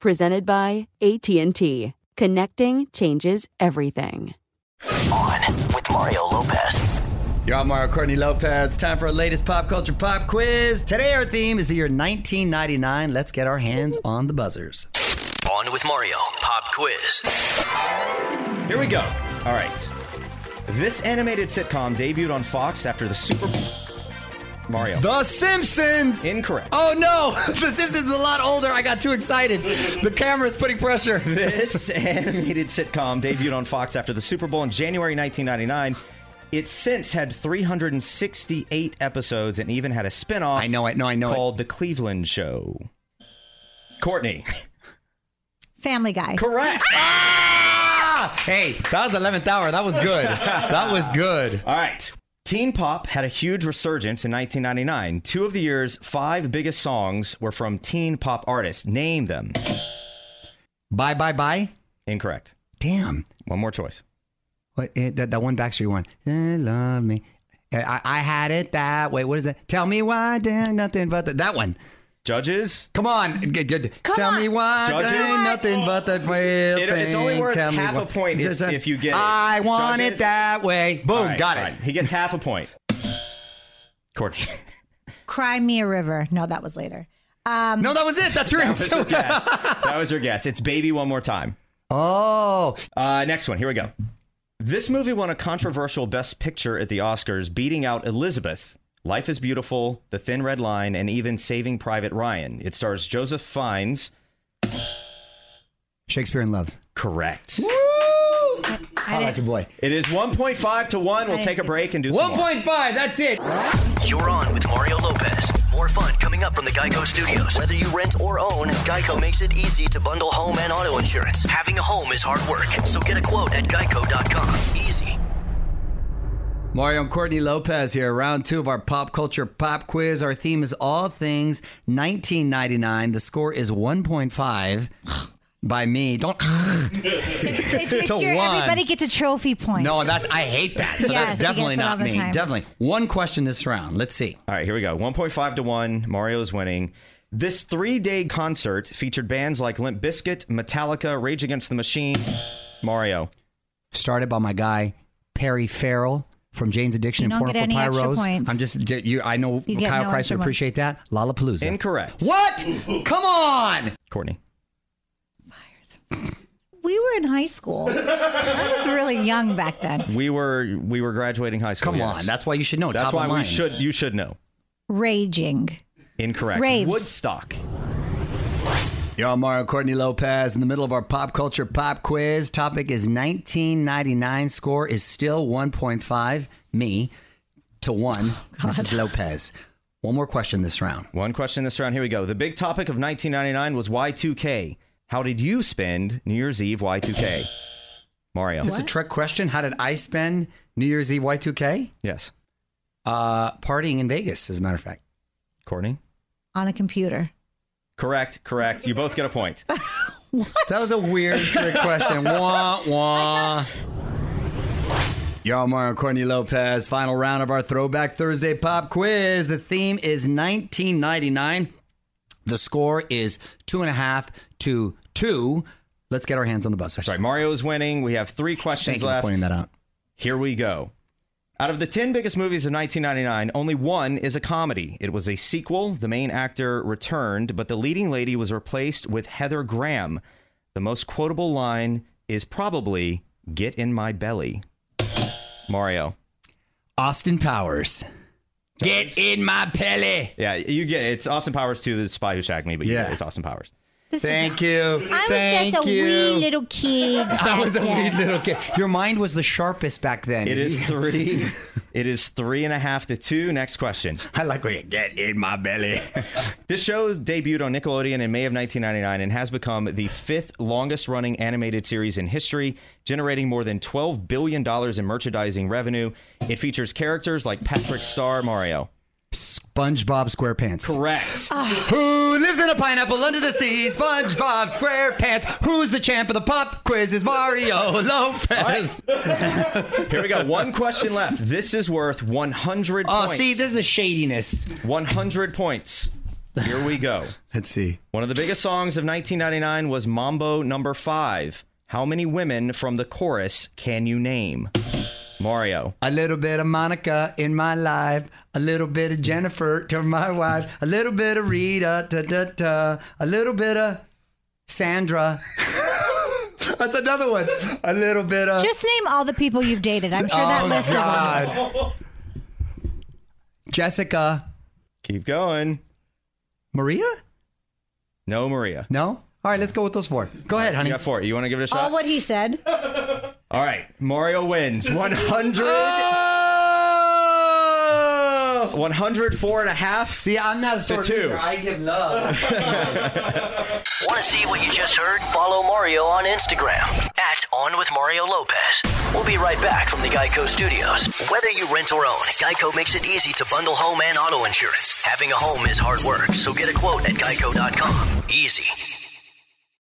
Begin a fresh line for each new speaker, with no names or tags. presented by AT&T. Connecting changes everything.
On with Mario Lopez.
You're on Mario Courtney Lopez. Time for our latest pop culture pop quiz. Today, our theme is the year 1999. Let's get our hands on the buzzers.
On with Mario pop quiz.
Here we go. All right. This animated sitcom debuted on Fox after the Super Mario.
The Simpsons!
Incorrect.
Oh no! The Simpsons is a lot older. I got too excited. The camera's putting pressure.
This animated sitcom debuted on Fox after the Super Bowl in January 1999. It's since had 368 episodes and even had a spinoff.
I know it, no, I know it.
Called The Cleveland Show. Courtney.
Family Guy.
Correct.
Ah! Hey, that was 11th hour. That was good. That was good.
All right. Teen pop had a huge resurgence in 1999. Two of the year's five biggest songs were from teen pop artists. Name them.
Bye, bye, bye.
Incorrect.
Damn.
One more choice.
What, it, that, that one Backstreet one. I love me. I, I had it that way. What is that? Tell me why I did nothing but that. That one.
Judges?
Come on. G- g-
Come
Tell
on.
me why
Judges?
there ain't nothing but that real
It-
thing.
it's only worth
Tell me
half a
why-
point if-
Just, uh,
if you get it.
I want
Judges?
it that way. Boom.
All right,
Oh, got it.
all right. He gets half a point. Courtney.
Cry Me a River. No, that was later.
No, that was it. That's your
That was
answer.
your guess. That was your guess. It's Baby One More Time.
Oh,
Uh, next one. Here we go. This movie won a controversial Best Picture at the Oscars, beating out Elizabeth, Life is Beautiful, The Thin Red Line, and even Saving Private Ryan. It stars Joseph Fiennes.
Shakespeare in Love.
Correct.
I didn't-
boy.
It is 1.5 to 1. We'll take a break and do some more.
1.5. That's it.
You're on with Mario Lopez. More fun coming up from the Geico Studios. Whether you rent or own, Geico makes it easy to bundle home and auto insurance. Having a home is hard work, so get a quote at geico.com. Easy.
Mario and Courtney Lopez here. Round two of our pop culture pop quiz. Our theme is all things 1999. The score is 1.5 by me. Don't.
Oh It's, it's
To
your,
one.
everybody gets a trophy point.
No, that's I hate that.
Yes,
So
he
that's
gets
definitely
it all
not
the
me.
time.
Definitely one question this round. Let's see.
All right, here we go. 1.5 to 1. Mario's winning. This three day concert featured bands like Limp Bizkit, Metallica, Rage Against the Machine. Mario.
started by my guy Perry Farrell from Jane's Addiction
You
and
don't
Porno
get
for
any extra
Pyros.
points.
I'm just you. I know
You get
Kyle
no
Christ
extra
would
points.
appreciate that. Lollapalooza.
Incorrect.
What? Come on.
Courtney.
We were in high school. I was really young back then.
We were we were graduating high school.
Come
Oh, yes.
on. That's why you should know.
That's
Top
why
of
we
mind.
should you should know.
Raging.
Incorrect.
Raves.
Woodstock.
You're on Mario Courtney Lopez in the middle of our pop culture pop quiz. Topic is 1999. Score is still 1.5 me to one.
Oh,
Mrs. Lopez. One more question this round.
One question this round. Here we go. The big topic of 1999 was Y2K. How did you spend New Year's Eve Y2K? Mario.
Is this a trick question? How did I spend New Year's Eve Y2K?
Yes.
Uh, partying in Vegas, as a matter of fact.
Courtney.
on a computer.
Correct. Correct. You both get a point.
That was a weird trick question. Wah, wah. Y'all, Mario Courtney Lopez. Final round of our Throwback Thursday pop quiz. The theme is 1999. The score is two and a half to two. Let's get our hands on the buzzer.
Sorry, Mario's winning. We have three
Thank
questions
you for
left.
pointing that out.
Here we go. Out of the 10 biggest movies of 1999, only one is a comedy. It was a sequel. The main actor returned, but the leading lady was replaced with Heather Graham. The most quotable line is probably Get in My Belly. Mario.
Austin Powers. Get in my belly.
Yeah, you get it. It's Austin Powers too. The Spy Who Shagged Me, but yeah,
Yeah.
it's Austin Powers.
This
Thank you.
is, I was just a wee little kid.
That was a
back
wee
then.
little kid. Your mind was the sharpest back then.
It is three. it is three and a half to two. Next question.
I like when you get in my belly.
This show debuted on Nickelodeon in May of 1999 and has become the fifth longest running animated series in history, generating more than $12 billion in merchandising revenue. It features characters like Patrick Star, Mario.
SpongeBob SquarePants.
Correct.
Ah. Who lives in a pineapple under the sea? SpongeBob SquarePants. Who's the champ of the pop quiz? Is Mario Lopez.
Here we go. One question left. This is worth 100
Oh,
points.
see, this is the shadiness.
100 points. Here we go.
Let's see.
One of the biggest songs of 1999 was Mambo Number 5. How many women from the chorus can you name? Mario.
A little bit of Monica in my life, a little bit of Jennifer to my wife, a little bit of Rita, da, da, da, a little bit of Sandra. That's another one. A little bit of.
Just name all the people you've dated. I'm sure that
Oh,
list is on. it.
God. Jessica.
Keep going.
Maria?
No, Maria.
No? All right, let's go with those four. Go ahead, honey.
You got four. You want to give it a shot?
All what he said.
All right. Mario wins 100,
Oh!
104 and a half.
See, I'm not a sort of
two.
loser. I give love.
Want to see what you just heard? Follow Mario on Instagram at On With Mario Lopez. We'll be right back from the Geico Studios. Whether you rent or own, Geico makes it easy to bundle home and auto insurance. Having a home is hard work, so get a quote at geico.com. Easy.